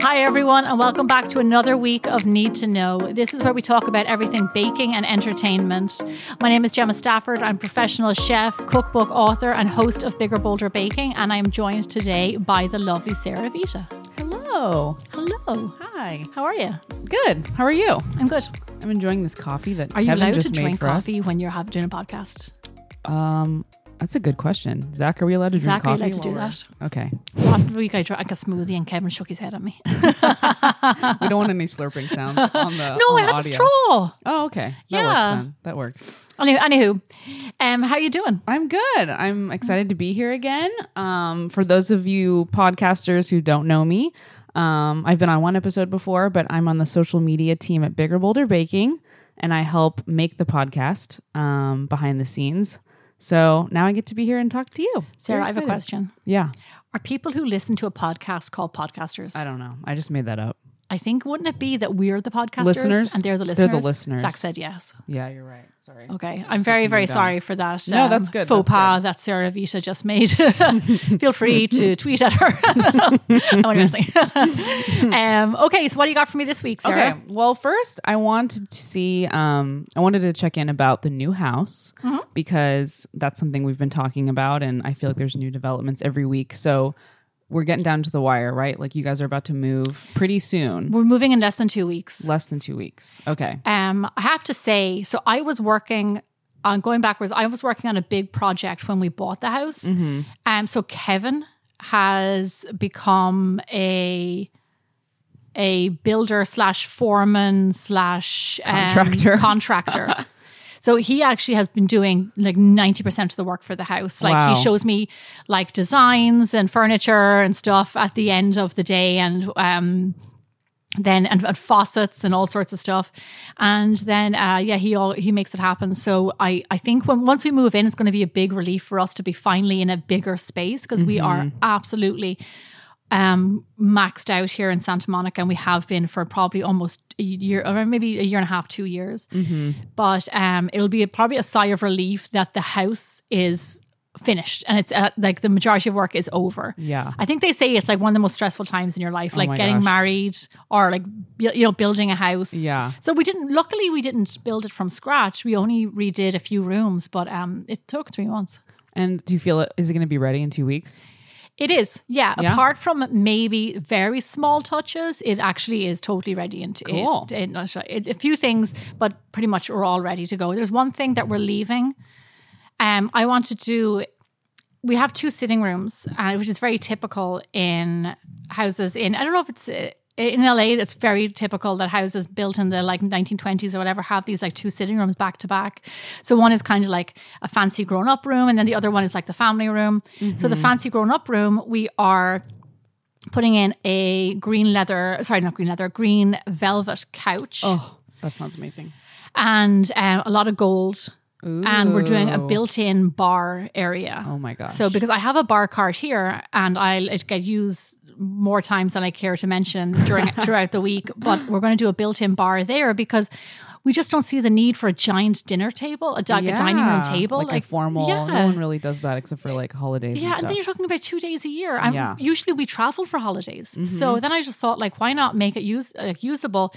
Hi, everyone, and welcome back to another week of Need to Know. This is where we talk about everything baking and entertainment. My name is Gemma Stafford. I'm professional chef, cookbook author, and host of Bigger Bolder Baking, and I am joined today by the lovely Sarah Vita. Hello. Hello. Hi. How are you? Good. How are you? I'm good. I'm enjoying this coffee that Are you Kevin allowed just to made drink for coffee us. when you're have, doing a podcast? Um, that's a good question. Zach, are we allowed to Zach, are you drink allowed to coffee? do while that? we're- Okay. Last week I drank a smoothie and Kevin shook his head at me. no, We don't want any slurping sounds on the on I the had audio. a straw. Oh, okay. That Yeah. works then. That works. Anywho, anywho um, how you doing? I'm good. I'm excited to be here again. Um, for those of you podcasters who don't know me, um, I've been on one episode before, but I'm on the social media team at Bigger Boulder Baking, and I help make the podcast um, behind the scenes. So now I get to be here and talk to you, Sarah, Very I have a excited. question. Yeah, Are people who listen to a podcast called podcasters? I don't know. I just made that up. I think wouldn't it be that we're the podcasters Listeners? and they're the They're listeners? the listeners. Zach said yes. Yeah, you're right. Sorry. Okay, I'm very very sorry for that. um, No, that's good, Faux that's pas that Sarah Vita just made. Feel free to tweet at her. I'm only messing. um, okay, so what do you got for me this week, Sarah? Okay. Well, first, I wanted to see. Um, I wanted to check in about the new house Mm-hmm. because that's something we've been talking about, and I feel like there's new developments every week. So we're getting down to the wire, right? Like you guys are about to move pretty soon, We're moving in less than two weeks. less than two weeks. Okay. Um, I have to say, so I was working on going backwards. I was working on a big project when we bought the house. Um, so Kevin has become a a builder slash foreman slash um, Contractor. contractor. So he actually has been doing like 90% of the work for the house. Like Wow. he shows me like designs and furniture and stuff at the end of the day and um then and, and faucets and all sorts of stuff and then uh yeah he all he makes it happen so i i think when once we move in it's going to be a big relief for us to be finally in a bigger space because we Mm-hmm. are absolutely um maxed out here in santa monica and we have been for probably almost a year or maybe a year and a half two years Mm-hmm. but um it'll be a, probably a sigh of relief that the house is finished and it's uh, like the majority of work is over Yeah. Oh I think they say it's like one of the most stressful times in your life, like my getting gosh. married or like bu- you know building a house. Yeah. So we didn't. Luckily, we didn't build it from scratch. We only redid a few rooms, but um, it took three months. And do you feel it? Is it going to be ready in two weeks? It is, yeah. Yeah? Apart from maybe very small touches, it actually is totally ready. Into Cool. it, it, not sure- it- a few things, but pretty much we're all ready to go. There's one thing that we're leaving. Um, I want to do. We have two sitting rooms, uh, which is very typical in houses. In I don't know if it's. uh, In LA, that's very typical that houses built in the like 1920s or whatever have these like two sitting rooms back to back. So one is kind of like a fancy grown up room, and then the other one is like the family room. So Mm-hmm. the fancy grown up room, we are putting in a green leather, sorry, not green leather, green velvet couch Oh, that sounds amazing. and um, a lot of gold. And we're doing a built in bar area. Oh my gosh. So because I have a bar cart here and I'll it get used more times than I care to mention during throughout the week, but we're going to do a built-in bar there because we just don't see the need for a giant dinner table, a, di- a dining room Yeah. table, like, a formal. Yeah, No one really does that except for like holidays. yeah, and and, stuff. then you're talking about two days a year. I'm, Yeah. Mm-hmm. Usually we travel for holidays, so then I just thought, like, why not make it use like usable?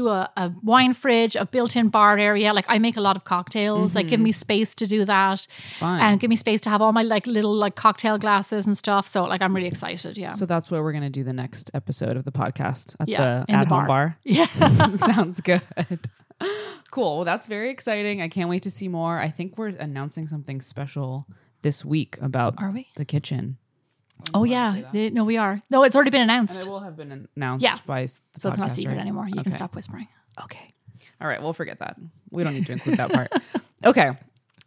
Do a, a wine fridge, a built-in bar area. Like I make a lot of cocktails. Like give me space to do that, Mm-hmm. Fun. and give me space to have all my like little like cocktail glasses and stuff. So like I'm really excited. Yeah, So that's where we're going to do the next episode of the podcast at Yeah, the in the at home bar. bar. yeah. Sounds good. Cool. Well, that's very exciting. I can't wait to see more. I think we're announcing something special this week about Are we? the kitchen. Oh yeah. They- No, we are. No, it's already been announced, It will have been announced Yeah. by s- the so it's not a podcast, secret right? anymore. You can Okay. stop whispering. Okay. All right, we'll forget that. We don't need to include that part. Okay.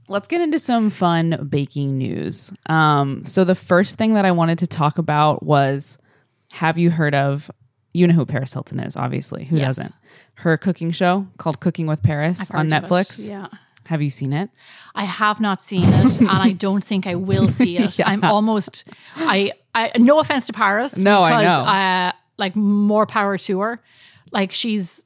Let's get into some fun baking news. Um, so the first thing that I wanted to talk about was have you heard of you know who Paris Hilton is, obviously. Who Yes. doesn't? Her cooking show called Cooking with Paris on Heard of it. Netflix. Yeah. Have you seen it? I have not seen it, and I don't think I will see it. I'm almost. I, I. No offense to Paris. No, I because, know. Uh, like more power to her. Like she's,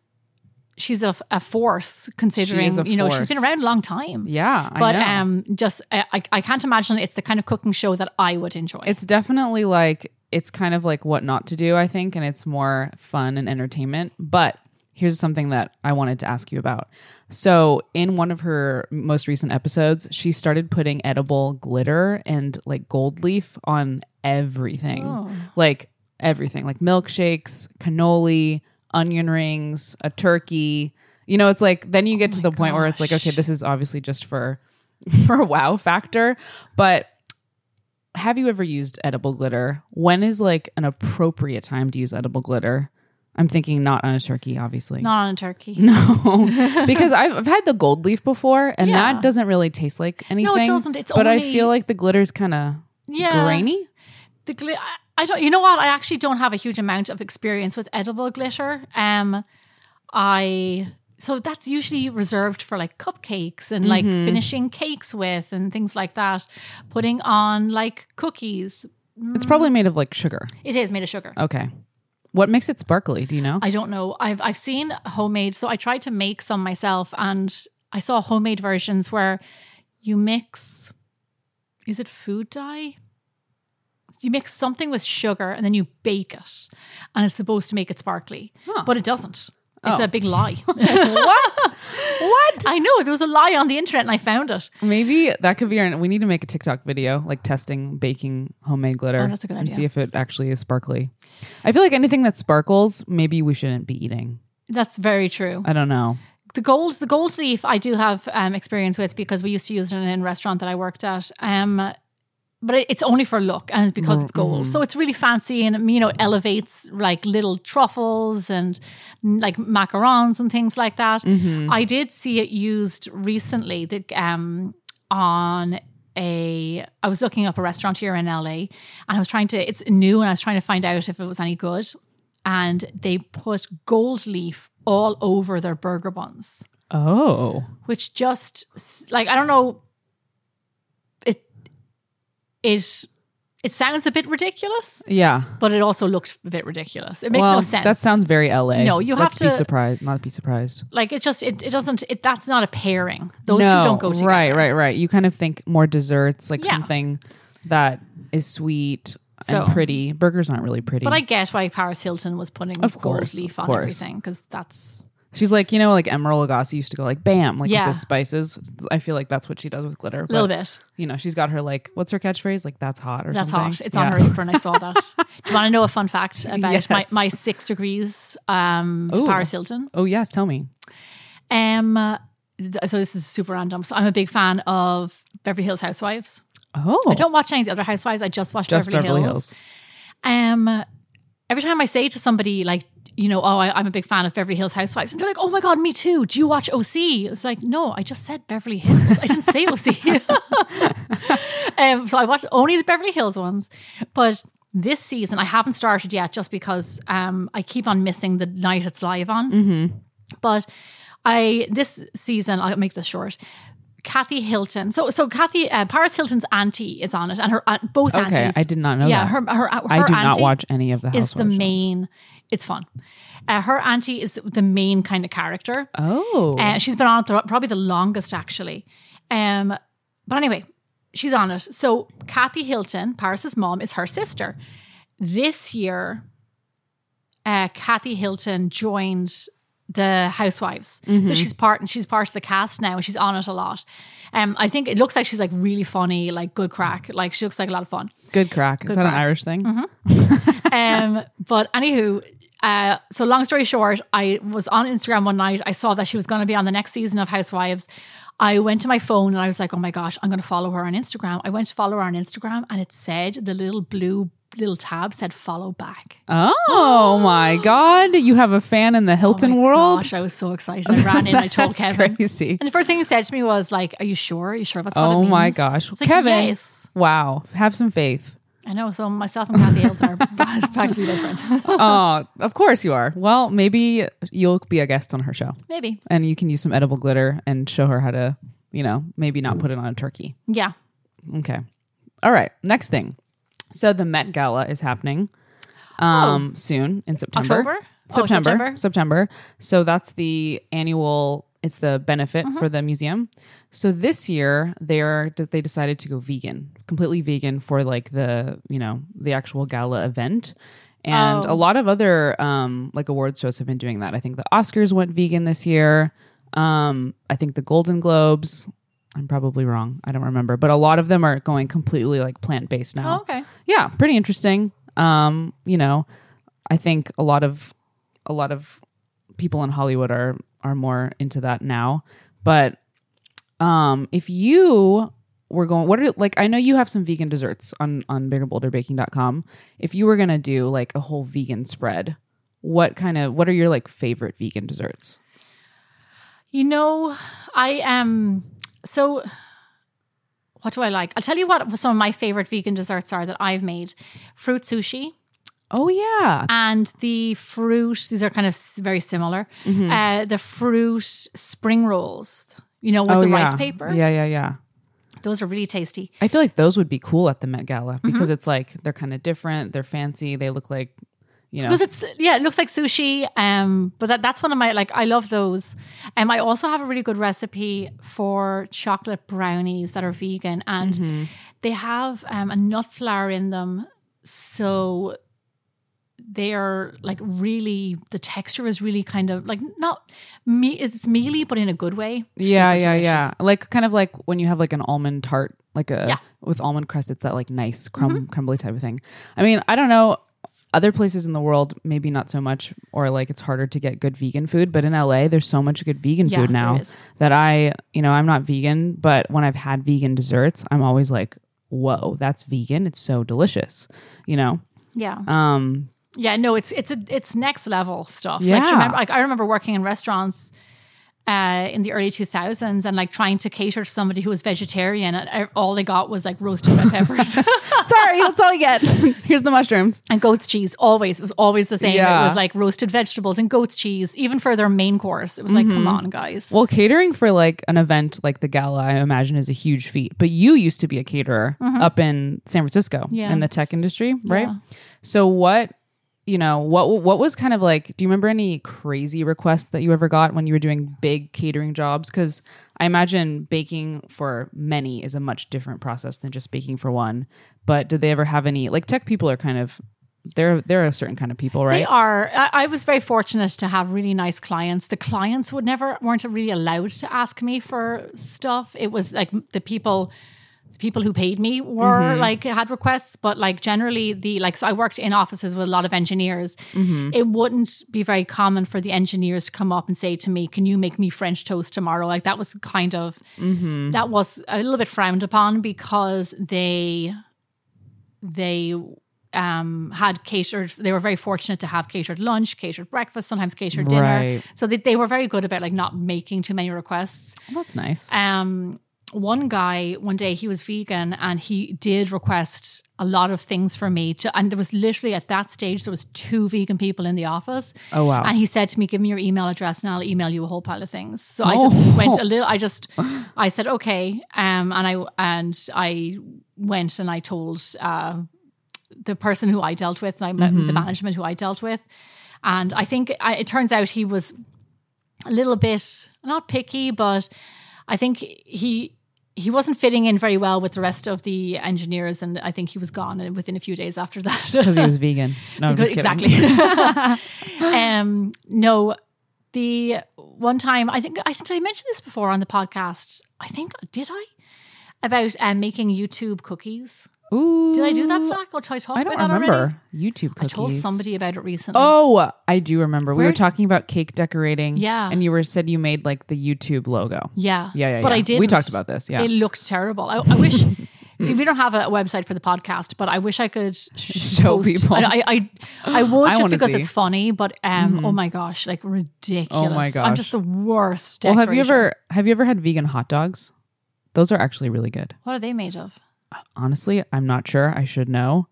she's a, a force considering a you know she's force. been around a long time. Yeah, But I know. um, just I, I, I can't imagine it's the kind of cooking show that I would enjoy. it's definitely like it's kind of like what not to do, I think, and it's more fun and entertainment. But here's something that I wanted to ask you about. So, in one of her most recent episodes, she started putting edible glitter and like gold leaf on everything. Oh. Like everything, like milkshakes, cannoli, onion rings, a turkey. You know, it's like then you Oh get to the point where it's like, okay, this is obviously just for for wow factor, but have you ever used edible glitter? When is like an appropriate time to use edible glitter? I'm thinking not on a turkey, obviously. Not on a turkey. No, because I've, I've had the gold leaf before, and Yeah. that doesn't really taste like anything. doesn't. It's but I only- feel like the glitter's kind of Yeah. grainy. the gli- I- I don't. You know what? I actually don't have a huge amount of experience with edible glitter. Um, I so that's usually reserved for like cupcakes and like finishing cakes with and things like that. Putting on like cookies. Mm. It's probably made of like sugar. It is made of sugar. Okay, what makes it sparkly? Do you know? I don't know. I've I've seen homemade, so I tried to make some myself, and I saw homemade versions where you mix. Is it food dye? You mix something with sugar and then you bake it, and it's supposed to make it sparkly, but it doesn't. It's Oh. a big lie. what? What? I know there was a lie on the internet, and I found it. Maybe that could be our. We need to make a TikTok video, like testing baking homemade glitter. Oh, that's a good and idea. See if it actually is sparkly. I feel like anything that sparkles, maybe we shouldn't be eating. That's very true. I don't know. the gold the gold leaf I do have um, experience with because we used to use it in a restaurant that I worked at. Um, but it- it's only for look and it's because it's gold. So it's really fancy and you know it elevates like little truffles and mm, like macarons and things like that. I did see it used recently the, um, on a I was looking up a restaurant here in LA and I was trying to it's new and I was trying to find out if it was any good and they put gold leaf all over their burger buns Oh, which just s- like I don't know it it it sounds a bit ridiculous yeah. but it also looked a bit ridiculous it makes well, no sense That sounds very LA. No, you have Let's be to- surprised. Not be surprised. like it just it, it doesn't it that's not a pairing those No, two don't go together Right, right, right. You kind of think more desserts, like Yeah. something that is sweet So- and pretty. Burgers aren't really pretty. but I get why Paris Hilton was putting Of gold course, leaf of on course. everything because that's She's like, you know, like Emerald Lagasse used to go like bam, like Yeah. with the spices. I feel like that's what she does with glitter. a little but, bit You know, she's got her like, what's her catchphrase? Like that's hot or That's something. hot. It's Yeah. on her apron. I saw that. Do you want to know a fun fact about my, Yes. my six degrees um, to Ooh. Paris Hilton? Oh yes, tell me. Um, th- so this is super random. So I'm a big fan of Beverly Hills Housewives. Oh, I don't watch any of the other Housewives. I just watch just Beverly, Beverly Hills. Hills. Um, every time I say to somebody like, you know, oh, I, I'm a big fan of Beverly Hills Housewives, and they're like, oh my god, me too. Do you watch OC? It's like, no, I just said Beverly Hills. I didn't say OC. um, so I watch only the Beverly Hills ones, but. This season, I haven't started yet just because um, I keep on missing the night it's live on. Mm-hmm. But I this season I'll make this short. Kathy Hilton. So so Kathy uh, Paris Hilton's auntie is on it, and her aunt, both Okay, aunties. I did not know yeah, that. her her her I auntie do not watch any of the is the housewives. main. It's fun. Uh, her auntie is the main kind of character. oh, Uh, she's been on it th- probably the longest, actually. Um, but anyway, she's on it. So Kathy Hilton, Paris's mom, is her sister. This year, uh, Kathy Hilton joined the Housewives, Mm-hmm. so she's part and she's part of the cast now. and She's on it a lot. Um, I think it looks like she's like really funny, like good crack. Like she looks like a lot of fun. good crack. is that an crack. Mm-hmm. Irish thing? um, but anywho, uh, so long story short, I was on Instagram one night. I saw that she was going to be on the next season of Housewives. I went to my phone and I was like, oh my gosh, I'm going to follow her on Instagram. I went to follow her on Instagram and it said the little blue little tab said follow back. Oh my God! You have a fan in the Hilton Oh My world. Gosh, I was so excited. I ran in. I told That's Kevin. crazy. And the first thing he said to me was like, "Are you sure? Are you sure that's what it Oh means?" my I gosh, was like, Kevin! Yes, Wow, have some faith. I know. So myself and Kathy Hilton are practically best friends. oh, of course you are. Well, maybe you'll be a guest on her show, Maybe, and you can use some edible glitter and show her how to, you know, maybe not put it on a turkey. yeah. Okay. All right. Next thing. So the Met Gala is happening um soon in September. October? Oh, September, September. September. So that's the annual It's the benefit Uh-huh. for the museum. So this year they are they decided to go vegan, completely vegan for like the you know the actual gala event. And Oh. a lot of other um, like awards shows have been doing that. I think the Oscars went vegan this year. Um, I think the Golden Globes. I'm probably wrong. I don't remember, but a lot of them are going completely like plant based now Oh, okay. yeah, pretty interesting. Um, you know, I think a lot of a lot of people in Hollywood are are more into that now. But um, if you were going, what are like? I know you have some vegan desserts on on biggerbolderbaking.com. If you were gonna do like a whole vegan spread, what kind of what are your like favorite vegan desserts? You know, I am so. What do I like? I'll tell you what some of my favorite vegan desserts are that I've made: fruit sushi Oh yeah, and the fruit. These are kind of s- very similar. Mm-hmm. Uh, the fruit spring rolls. You know, with oh the yeah. rice paper. Yeah, yeah, yeah. Those are really tasty. I feel like those would be cool at the Met Gala Mm-hmm. because it's like they're kind of different, they're fancy, they look like you know. Because it's yeah, it looks like sushi. Um, but that, that's one of my like I love those. Um, I also have a really good recipe for chocolate brownies that are vegan, and Mm-hmm. they have um, a nut flour in them, so they are like really the texture is really kind of like not me. It's mealy, but in a good way. yeah, Super yeah, delicious. yeah. Like kind of like when you have like an almond tart, like a Yeah. Mm-hmm. with almond crust, it's that like nice crumb crumbly type of thing. I mean, I don't know other places in the world, maybe not so much, or like it's harder to get good vegan food. But in LA, there's so much good vegan Yeah, food there now is. that I, you know, I'm not vegan, but when I've had vegan desserts, I'm always like, whoa, that's vegan. It's so delicious, you know. yeah. Um, Yeah, no, it's it's a, it's next level stuff. Like, Yeah. do you remember, like I remember working in restaurants uh, in the early two thousands and like trying to cater to somebody who was vegetarian, and I, all they got was like roasted red peppers Sorry, that's all we get. Here's the mushrooms. and goat's cheese. Always, it was always the same. Yeah. It was like roasted vegetables and goat's cheese, even for their main course. It was like, come Mm-hmm. on, guys. Well, catering for like an event like the gala, I imagine, is a huge feat. But you used to be a caterer up in San Francisco Yeah. in the tech industry, right? So what, you know, what what was kind of like? Do you remember any crazy requests that you ever got when you were doing big catering jobs? Because I imagine baking for many is a much different process than just baking for one. But did they ever have any like tech people are kind of they're they're a certain kind of people, right? They are. I, I was very fortunate to have really nice clients. The clients would never weren't really allowed to ask me for stuff. It was like the people. the People who paid me were like had requests, but like generally the like so I worked in offices with a lot of engineers. It wouldn't be very common for the engineers to come up and say to me, "Can you make me French toast tomorrow?" Like that was kind of that was a little bit frowned upon because they they um, had catered. They were very fortunate to have catered lunch, catered breakfast, sometimes catered dinner. Right. So they, they were very good about like not making too many requests. That's nice. Um, one guy one day he was vegan and he did request a lot of things for me to and there was literally at that stage there was two vegan people in the office Oh, wow. and he said to me give me your email address and i'll email you a whole pile of things so i Oh. just went a little i just i said okay um and i and i went and i told uh the person who I dealt with, and I met Mm-hmm. the management who I dealt with. And I think I, it turns out he was a little bit not picky, but I think he he wasn't fitting in very well with the rest of the engineers, and I think he was gone within a few days after that. Because he was vegan. No, I'm just kidding. exactly. um, no, the one time I think I did I mentioned this before on the podcast. I think did I about um, making YouTube cookies? Ooh, Did I do that, Zach? Or did I talk I about don't that remember already? YouTube I cookies. told somebody about it recently. Oh, I do remember. We Where- were talking about cake decorating. Yeah. and you were said you made like the YouTube logo. yeah, Yeah, yeah. But yeah. I did. We talked about this. Yeah, It looked terrible. I, I wish. see, we don't have a website for the podcast, but I wish I could show people. I, I, I would I just wanna because see. Mm-hmm. Oh it's funny. But um, oh my gosh, like ridiculous. I'm gosh. just the worst. well, have you decorator. ever have you ever had vegan hot dogs? Those are actually really good. What are they made of? Honestly, I'm not sure. I should know.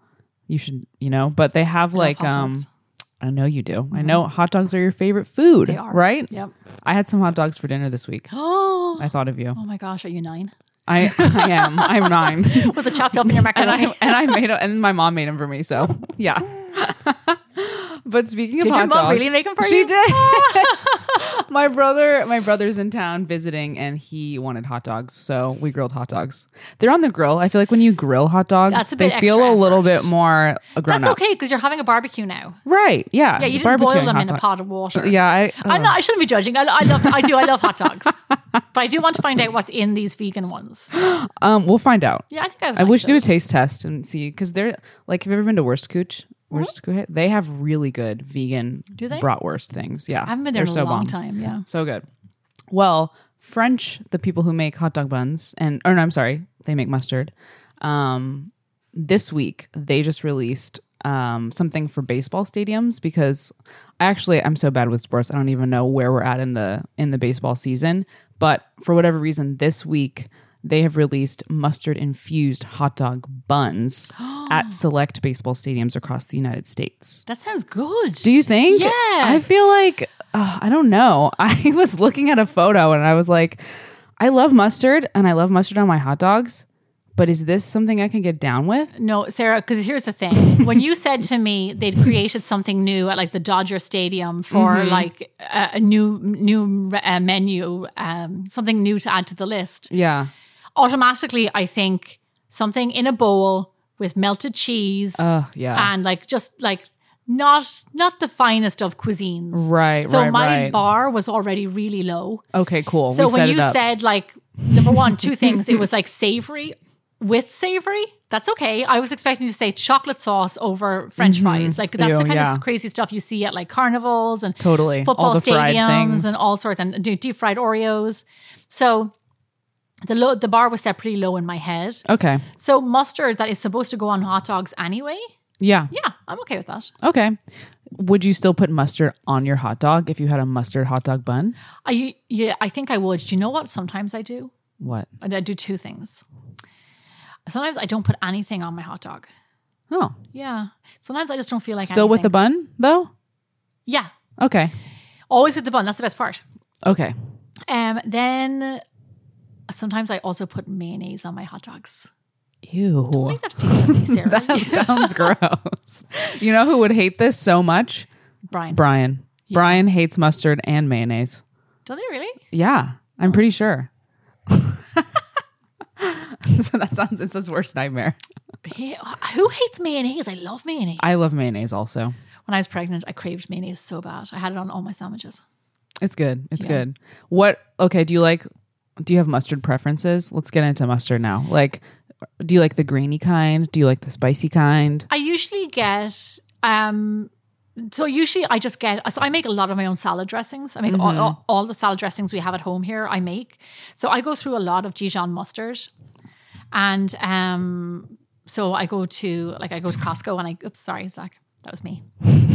You should, you know, but they have like hot um. dogs. Mm-hmm. I know you do. I know hot dogs are your favorite food, They are. right? Yep. I had some hot dogs for dinner this week. Oh. I thought of you. Oh my gosh, are you nine? I, I am. I'm nine. Was it chopped up in your and macaroni? I and I made 'em- and my mom made them for me. So yeah. But speaking Did of your hot mom dogs, really make 'em for she you? did. my brother, my brother's in town visiting, and he wanted hot dogs, so we grilled hot dogs. They're on the grill. I feel like when you grill hot dogs, That's a they bit feel extra a little effort. bit more grown That's up. okay because you're having a barbecue now. Right? Yeah. Yeah, you didn't boil barbecuing them hot in a dog. pot of water. Yeah. I, uh, I'm not, I shouldn't be judging. I, I love. I do. I love hot dogs, but I do want to find out what's in these vegan ones. um, we'll find out. Yeah, I think I. Would I like wish do a those. taste test and see because they're like, have you ever been to Worst Cooch? Worst Cooch? They have really good vegan Do they? bratwurst things. Yeah, I haven't been there in They're a so long bomb. time. Yeah, So good. Well, French, the people who make hot dog buns, and or no, I'm sorry, they make mustard. Um, this week they just released um, something for baseball stadiums because I actually I'm so bad with sports. I don't even know where we're at in the in the baseball season. But for whatever reason, this week they have released mustard infused hot dog buns at select baseball stadiums across the United States. that sounds good. Do you think? Yeah. I feel like uh, I don't know. I was looking at a photo and I was like, I love mustard and I love mustard on my hot dogs, but is this something I can get down with? No, Sarah, because here's the thing. when you said to me they'd created something new at like the Dodger Stadium for Mm-hmm. like a, a new new uh, menu, um, something new to add to the list, Yeah. automatically I think something in a bowl with melted cheese Oh, yeah. and like just like not not the finest of cuisines. right. So right. my right. bar was already really low. okay. Cool. Uh, So we when set you it up. said like number one, two things, it was like savory with savory. That's okay. I was expecting you to say chocolate sauce over French fries. Like that's Mm-hmm. Ew, the kind yeah. of crazy stuff you see at like carnivals and totally football all the fried stadiums things. and all sorts and do deep fried Oreos. So the low, the bar was set pretty low in my head. okay. So mustard that is supposed to go on hot dogs anyway. Yeah. Yeah, I'm okay with that. Okay. Would you still put mustard on your hot dog if you had a mustard hot dog bun? I yeah, I think I would. Do you know what? Sometimes I do. What? And I do two things. Sometimes I don't put anything on my hot dog. Oh, Yeah. Sometimes I just don't feel like still with the anything. bun though? yeah. Okay. Always with the bun. That's the best part. Okay. Um. Then sometimes I also put mayonnaise on my hot dogs. Ew. Make that face at me, Sarah. That sounds gross. You know who would hate this so much? Brian. Brian. Brian hates mustard and mayonnaise. Does he really? Yeah, I'm pretty sure. so that sounds it's his worst nightmare. He, who hates mayonnaise? I love mayonnaise. I love mayonnaise also. When I was pregnant, I craved mayonnaise so bad. I had it on all my sandwiches. It's good. It's good. What okay, do you like do you have mustard preferences? Let's get into mustard now. Like do you like the grainy kind? Do you like the spicy kind? I usually get um so usually I just get so I make a lot of my own salad dressings. I make Mm-hmm. all, all, all the salad dressings we have at home here. I make so I go through a lot of Dijon mustard, and um so I go to like I go to Costco and I oops sorry Zach that was me.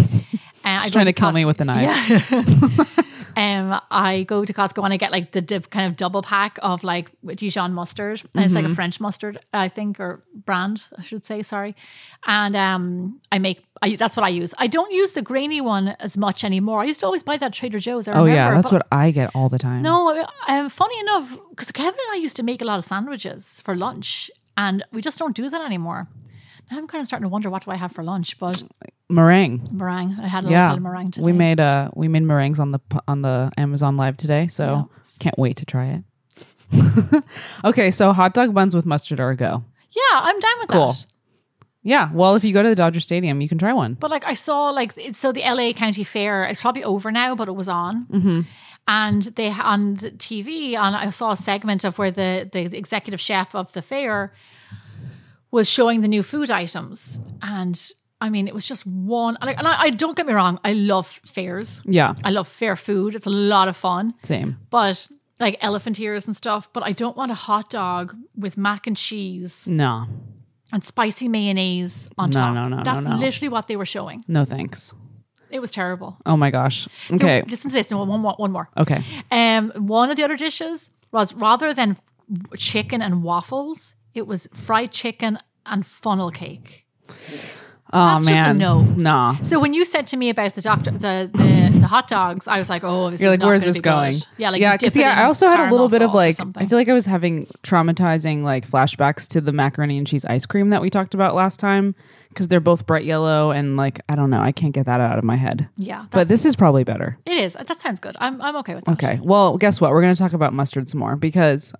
Uh, I Just go trying to kill Costco- me with a knife. um, I go to Costco and I get like the, the kind of double pack of like Dijon mustard. And It's like Mm-hmm. a French mustard, I think, or brand, I should say. Sorry. And um, I make I, that's what I use. I don't use the grainy one as much anymore. I used to always buy that at Trader Joe's. I Oh remember, yeah, that's but- what I get all the time. No, um, funny enough, because Kevin and I used to make a lot of sandwiches for lunch, and we just don't do that anymore. Now I'm kind of starting to wonder what do I have for lunch, but Meringue. meringue. I had a yeah, little bit of meringue today. we made uh we made meringues on the p- on the Amazon Live today, so can't wait to try it. okay, so hot dog buns with mustard are a go. yeah, I'm down with Cool. that. Yeah, well, if you go to the Dodger Stadium, you can try one. But like I saw like it's so the LA County Fair it's probably over now, but it was on. Mm-hmm. And they on the TV on I saw a segment of where the the executive chef of the fair was showing the new food items, and I mean it was just one. And I, and I, I don't get me wrong, I love fairs. Yeah, I love fair food. It's a lot of fun, same. but like elephant ears and stuff. But I don't want a hot dog with mac and cheese No, and spicy mayonnaise on No, top. no, no, no, That's no. literally what they were showing. no thanks. It was terrible. Oh my gosh. Okay, Listen to this. No, one more. One more. okay. Um, one of the other dishes was rather than chicken and waffles, it was fried chicken and funnel cake. Oh That's just a man, no. Nah. So when you said to me about the doctor, the the the hot dogs, I was like, oh, this You're is like, not where's gonna this be good. going? Yeah, like yeah, you dip it yeah. in I also had a caramel little bit of sauce or like, I something. feel like I was having traumatizing like flashbacks to the macaroni and cheese ice cream that we talked about last time because they're both bright yellow and like I don't know, I can't get that out of my head. yeah, But this is probably better. that- it is. That sounds good. I'm I'm okay with that. Okay. Well, guess what? We're going to talk about mustard some more because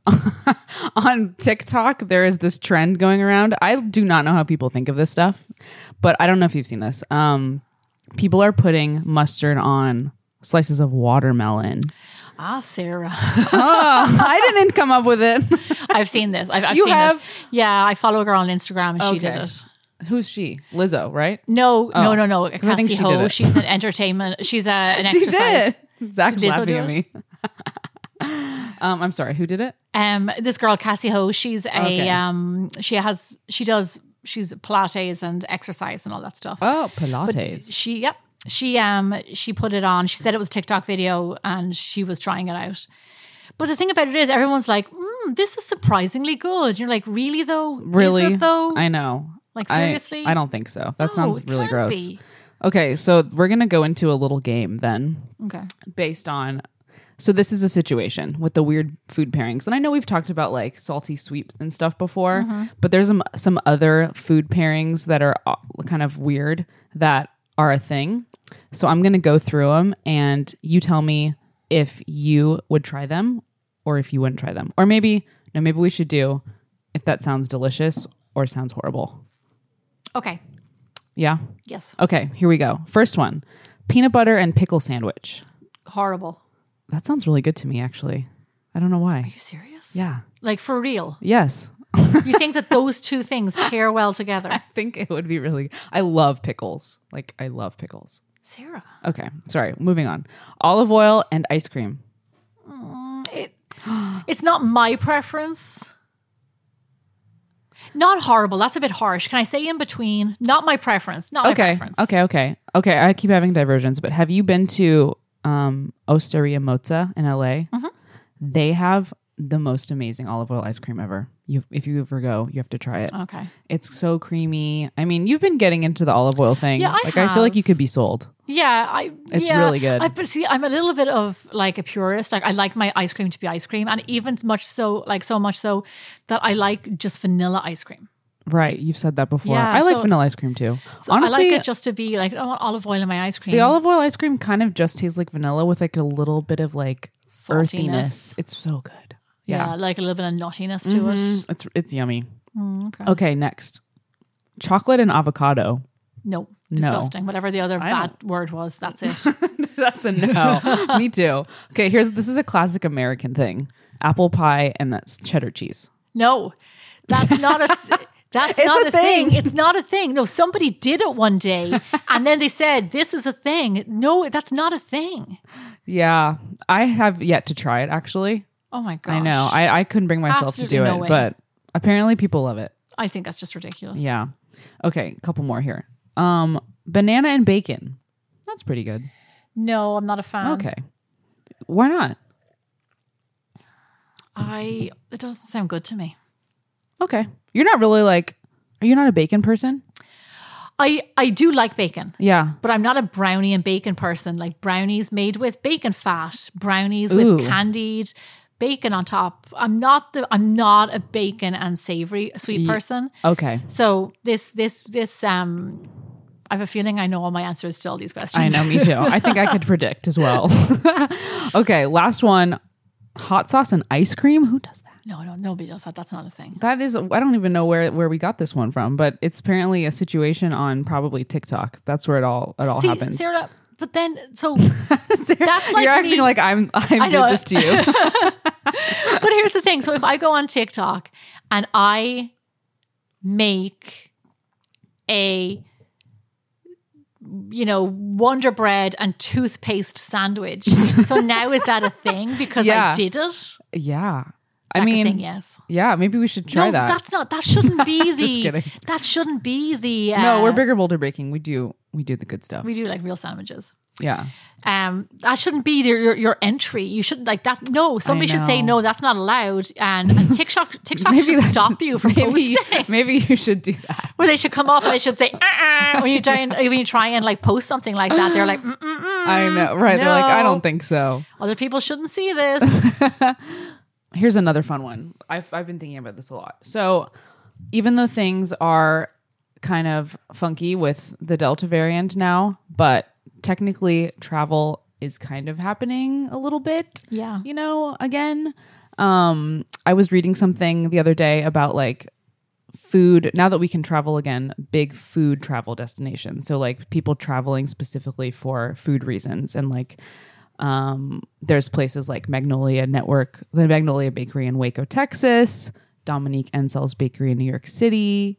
on TikTok there is this trend going around. I do not know how people think of this stuff, but I don't know if you've seen this. Um, people are putting mustard on slices of watermelon. Ah, Sarah, oh, I didn't come up with it. I've seen this. I've, I've You seen have? this. Yeah, I follow a girl on Instagram and she did Okay. it. Who's she? Lizzo, right? No, no, no, no. Cassie think she did Ho. it. She's an entertainment. She's a, an She exercise. did. Zach's Did Lizzo laughing do at me. um, I'm sorry. Who did it? Um, this girl Cassie Ho. She's a Okay. um. She has. She does. She's Pilates and exercise and all that stuff. Oh, Pilates. She. Yep. She um. She put it on. She said it was a TikTok video and she was trying it out. But the thing about it is, everyone's like, mm, "This is surprisingly good." You're like, "Really though? Is really? it, though? I know. Like, I- seriously? I, don't think so. That No, sounds it really can't gross. be. Okay, so we're gonna go into a little game then, Okay. based on. So this is a situation with the weird food pairings, and I know we've talked about like salty sweets and stuff before, but there's some some other food pairings that are uh, kind of weird that are a thing. So I'm gonna go through them, and you tell me if you would try them or if you wouldn't try them, or maybe no, maybe we should do if that sounds delicious or sounds horrible. Okay. Yeah. Yes. Okay, here we go. First one peanut butter and pickle sandwich. Horrible. That sounds really good to me, actually. I don't know why. You serious? Yeah. Like for real? Yes. You think that those two things pair well together? I think it would be really. I love pickles. Like, I love pickles. Sarah. Okay, sorry. Moving on. Olive oil and ice cream. It, it's not my preference. Not horrible. That's a bit harsh. Can I say in between? Not my preference. Not my Okay. preference. Okay. Okay. Okay. I keep having diversions, but have you been to um, Osteria Mozza in LA? They have the most amazing olive oil ice cream ever. You, if you ever go, you have to try it. Okay. It's so creamy. I mean, you've been getting into the olive oil thing. Yeah, I like I feel like have. you could be sold. Yeah, I. It's yeah, really good. I but see. I'm a little bit of like a purist. Like I like my ice cream to be ice cream, and even much so, like so much so that I like just vanilla ice cream. Right. You've said that before. Yeah, I like so- vanilla ice cream too. So Honestly, I like it just to be like I want olive oil in my ice cream. the olive oil ice cream kind of just tastes like vanilla with like a little bit of like earthiness. Saltiness. It's so good. yeah. Yeah. Mm-hmm. like a little bit of nuttiness to it. It's it's yummy. Mm, okay. Okay, next. Chocolate and avocado. No, disgusting. Whatever the other bad word was, that's it. That's a no. Me too. Okay, here's this is a classic American thing. Apple pie and that's cheddar cheese. No, that's not a. That's It's not a a thing. It's not a thing. No, somebody did it one day, and then they said this is a thing. No, that's not a thing. Yeah. I have yet to try it actually. Oh my gosh! I know. I, I couldn't bring myself Absolutely to do no it, way. but apparently people love it. I think that's just ridiculous. Yeah. Okay, a couple more here. Um, banana and bacon. That's pretty good. No, I'm not a fan. Okay. Why not? I. It doesn't sound good to me. Okay. You're not really like are you not a bacon person? I I do like bacon. Yeah. But I'm not a brownie and bacon person. Like brownies made with bacon fat, brownies Ooh. with candied bacon on top. I'm not the I'm not a bacon and savory sweet person. Okay. So this this this um I have a feeling I know all my answers to all these questions. I know, me too. I think I could predict as well. okay, last one. Hot sauce and ice cream? Who does that? No, no, nobody does that. That's not a thing. That is I don't even know where where we got this one from, but it's apparently a situation on probably TikTok. That's where it all it all See, happens. Sarah, but then so that's like You're acting me- like I'm I, I did know. this to you. but here's the thing. So if I go on TikTok and I make a you know Wonder Bread and toothpaste sandwich, so now is that a thing because Yeah. I did it? Zach Yeah. I is mean, saying yes. yeah, maybe we should try no, that. that's not. That shouldn't be the. kidding. that shouldn't be the. Uh, no, we're bigger boulder breaking. We do we do the good stuff. We do like real sandwiches. yeah. um that shouldn't be your your, your entry you shouldn't like that no somebody should say know. no that's not allowed and, and tiktok tiktok Maybe should that stop you from Maybe posting maybe you should do that. or they should come up and they should say uh-uh. when you try and when you try and like post something like that they're like Mm-mm-mm. I know, right? They're like, I no. don't think so. Other people shouldn't see this. Here's another fun one. I've, I've been thinking about this a lot. So, even though things are kind of funky with the Delta variant now, but technically travel is kind of happening a little bit. Yeah. You know, again, um, I was reading something the other day about like food now that we can travel again big food travel destinations so like people traveling specifically for food reasons and like um, there's places like magnolia network the magnolia bakery in waco texas dominique ensel's bakery in new york city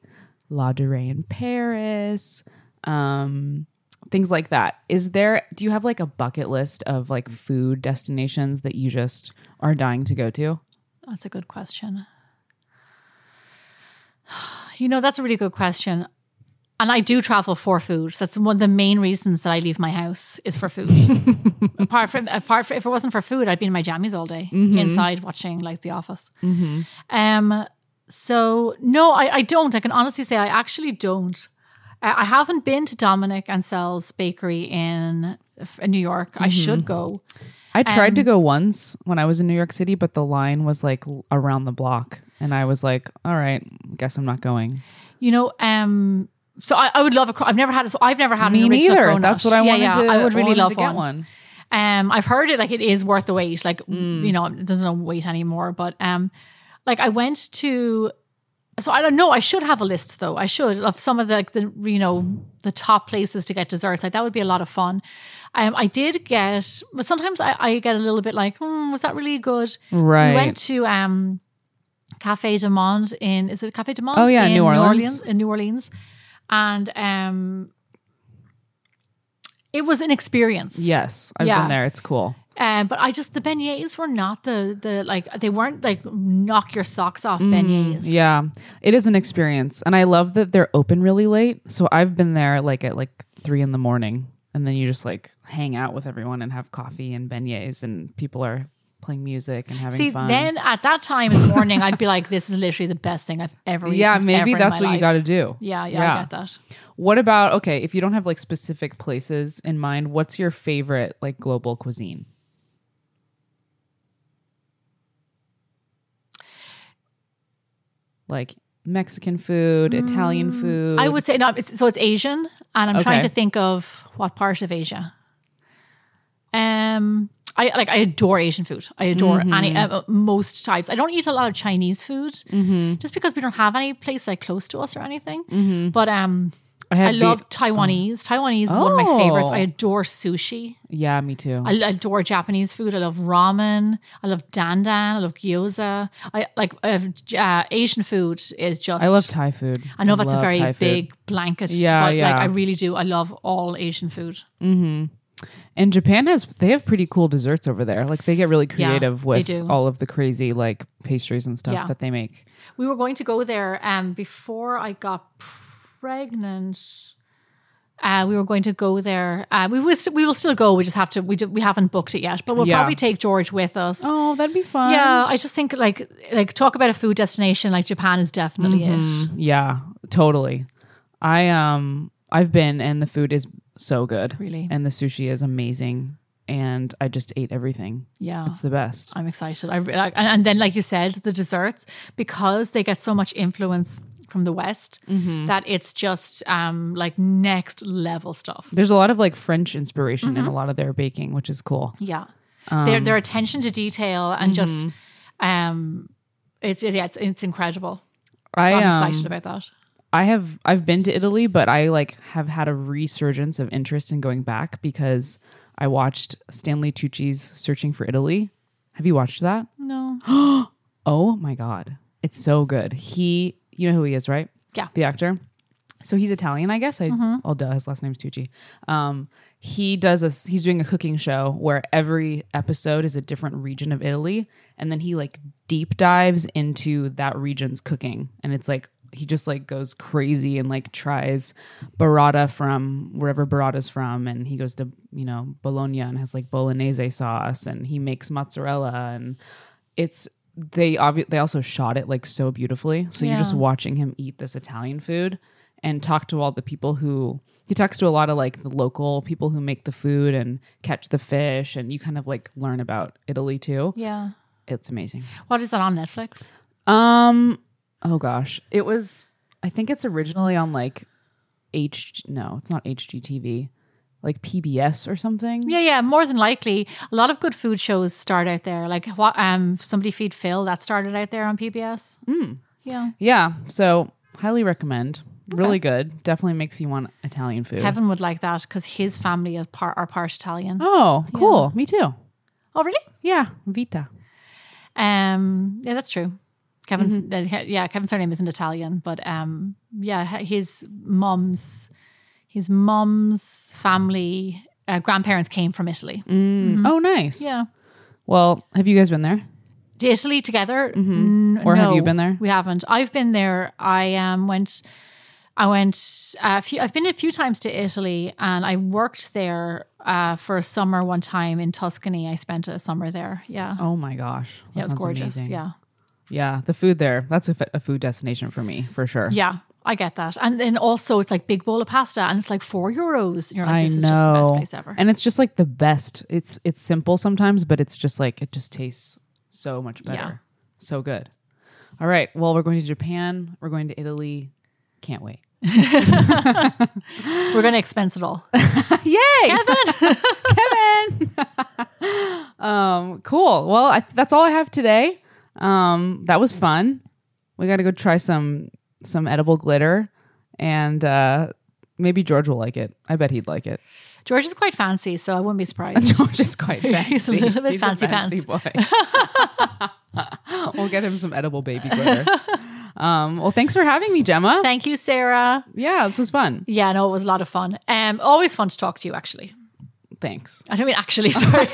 la durée in paris um, things like that is there do you have like a bucket list of like food destinations that you just are dying to go to That's a good question. You know, that's a really good question. And I do travel for food. That's one of the main reasons that I leave my house is for food. apart from, apart from, if it wasn't for food, I'd be in my jammies all day inside watching like The Office. Um, so no, I, I don't. I can honestly say I actually don't. I I haven't been to Dominic Ansel's bakery in, in New York. I should go. I tried Um, to go once when I was in New York City, but the line was like l- around the block. And I was like, all right, guess I'm not going. You know, um, so I, I would love a. cro- I've never had. A, so I've never had Me an original neither. cronut. That's what I yeah, wanted yeah. to I would really wanted to love get one. one. Um, I've heard it like it is worth the wait. Like Mm. you know, it doesn't know wait anymore. But um, like I went to. So I don't know. I should have a list though. I should of some of the like the you know the top places to get desserts. Like that would be a lot of fun. Um, I did get, but sometimes I, I get a little bit like, hmm, was that really good? Right. We went to um, Cafe de Monde in is it Cafe de Monde? Oh, yeah, in New Orleans. in New Orleans, and um, it was an experience. yes, I've Yeah. been there. It's cool. Um, but I just the beignets were not the the like they weren't like knock your socks off beignets. Mm, Yeah, it is an experience. And I love that they're open really late. So I've been there like at like three in the morning. And then you just like hang out with everyone and have coffee and beignets, and people are playing music and having See, fun. then at that time in the morning, I'd be like, "This is literally the best thing I've ever." yeah, eaten, ever maybe in that's my what you life." got to do. Yeah, yeah, I get that. What about okay, if you don't have like specific places in mind, what's your favorite like global cuisine? Like Mexican food, Italian food. Mm, I would say no. It's, so it's Asian, and I'm trying Okay. to think of what part of Asia. Um, I like I adore Asian food. I adore Mm-hmm. any uh, uh, most types. I don't eat a lot of Chinese food Mm-hmm. just because we don't have any place like close to us or anything. But um, I I had the- love Taiwanese. Taiwanese is one of my favorites. Oh. I adore sushi. Yeah, me too. I adore Japanese food. I love ramen. I love dandan. I love gyoza. I like uh, uh, Asian food is just I love Thai food. I know that's a Love Thai very food. big blanket, Yeah, but yeah. like I really do. I love all Asian food. And Japan has they have pretty cool desserts over there. Like they get really creative they with do. all of the crazy like pastries and stuff Yeah. that they make. We were going to go there um, before I got pregnant. Uh, we were going to go there. Uh, we will. St- we will still go. We just have to. We do, we haven't booked it yet, but we'll Yeah. probably take George with us. Oh, that'd be fun. Yeah, I just think like like talk about a food destination like Japan is definitely Mm-hmm. it. Yeah, totally. I um I've been and the food is so good. Really? And the sushi is amazing and I just ate everything. Yeah, It's the best. I'm excited. I, re- like, and, and then, like you said, the desserts because they get so much influence from the West that it's just um, like next level stuff. There's a lot of like French inspiration in a lot of their baking, which is cool. Yeah, their their attention to detail and just um, it's yeah, it's, it's incredible. So I I'm um, excited about that. I have I've been to Italy, but I like have had a resurgence of interest in going back because I watched Stanley Tucci's Searching for Italy. Have you watched that? No, Oh my god, it's so good. He, you know who he is, right? Yeah. the actor. So he's Italian, I guess. I, Oh, duh, his last name's Tucci. Um, he does a s- He's doing a cooking show where every episode is a different region of Italy, and then he like deep dives into that region's cooking, and it's like he just like goes crazy and like tries burrata from wherever burrata's from, and he goes to you know Bologna and has like bolognese sauce, and he makes mozzarella, and it's they obvi- they also shot it like so beautifully. So you're just Yeah. watching him eat this Italian food and talk to all the people who he talks to a lot of like the local people who make the food and catch the fish and you kind of like learn about Italy too. Yeah. It's amazing. What is that on Netflix? Um oh gosh. It was I think it's originally on like H no, it's not HGTV. Like PBS or something. Yeah, yeah, more than likely. A lot of good food shows start out there. Like what um somebody feed Phil that started out there on PBS. Yeah. Yeah. So highly recommend. Really good. Definitely makes you want Italian food. Kevin would like that because his family is part, are part Italian. Oh. Oh, cool. Me too. really? Yeah. Vita. Um, yeah, that's true. Kevin's Mm-hmm. uh, yeah, Kevin's surname isn't Italian, but um, yeah, h- his mom's his mom's family uh, grandparents came from Italy. Oh, nice. Mm-hmm. Yeah, Well, have you guys been there? to Italy together. N- Mm-hmm. Or have no, you been there? We haven't. I've been there. I um went. I went uh, a few. I've been a few times to Italy, and I worked there uh, for a summer one time in Tuscany. I spent a summer there. Yeah, Oh my gosh. yeah, That it was sounds gorgeous. amazing. Yeah. Yeah. The food there. That's a, f- a food destination for me, for sure. Yeah, I get that. And then also, it's like big bowl of pasta, and it's like four euros. And you're like, I this is know. just the best place ever. And it's just like the best. It's it's simple sometimes, but it's just like it just tastes so much better. Yeah. So good. All right. Well, we're going to Japan. We're going to Italy. Can't wait. We're gonna expense it all. Yay! Kevin! um, cool. Well, I, that's all I have today. Um, that was fun. We got to go try some some edible glitter, and uh, maybe George will like it. I bet he'd like it. George is quite fancy, so I wouldn't be surprised. George is quite fancy. He's a little bit He's fancy a fancy boy. we'll get him some edible baby glitter. Um, well, thanks for having me, Gemma. Thank you, Sarah. yeah, this was fun. Yeah, no, it was a lot of fun. Um, always fun to talk to you. Actually, Thanks. I don't mean actually. Sorry. Let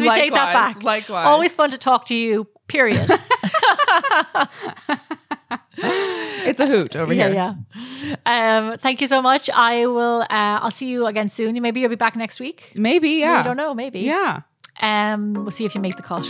me take that Likewise, back. likewise. Always fun to talk to you. Period. It's a hoot over yeah, here. yeah. Um, thank you so much. I will. Uh, I'll see you again soon. Maybe you'll be back next week. Maybe, yeah. I don't know. Maybe. Yeah. Um, we'll see if you make the cut.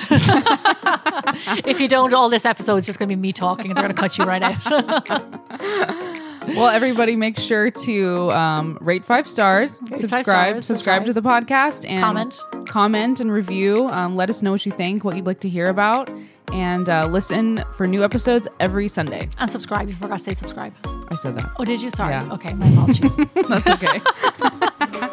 if you don't, all this episode is just going to be me talking, and they're going to cut you right out. Well, everybody, make sure to um, rate five stars, subscribe, stars, subscribe to the podcast, and Comment. comment and review. Um, let us know what you think, what you'd like to hear about, and uh, listen for new episodes every Sunday. and subscribe. You forgot to say subscribe. I said that. Oh, did you? Sorry. Yeah. Okay, my apologies. That's okay.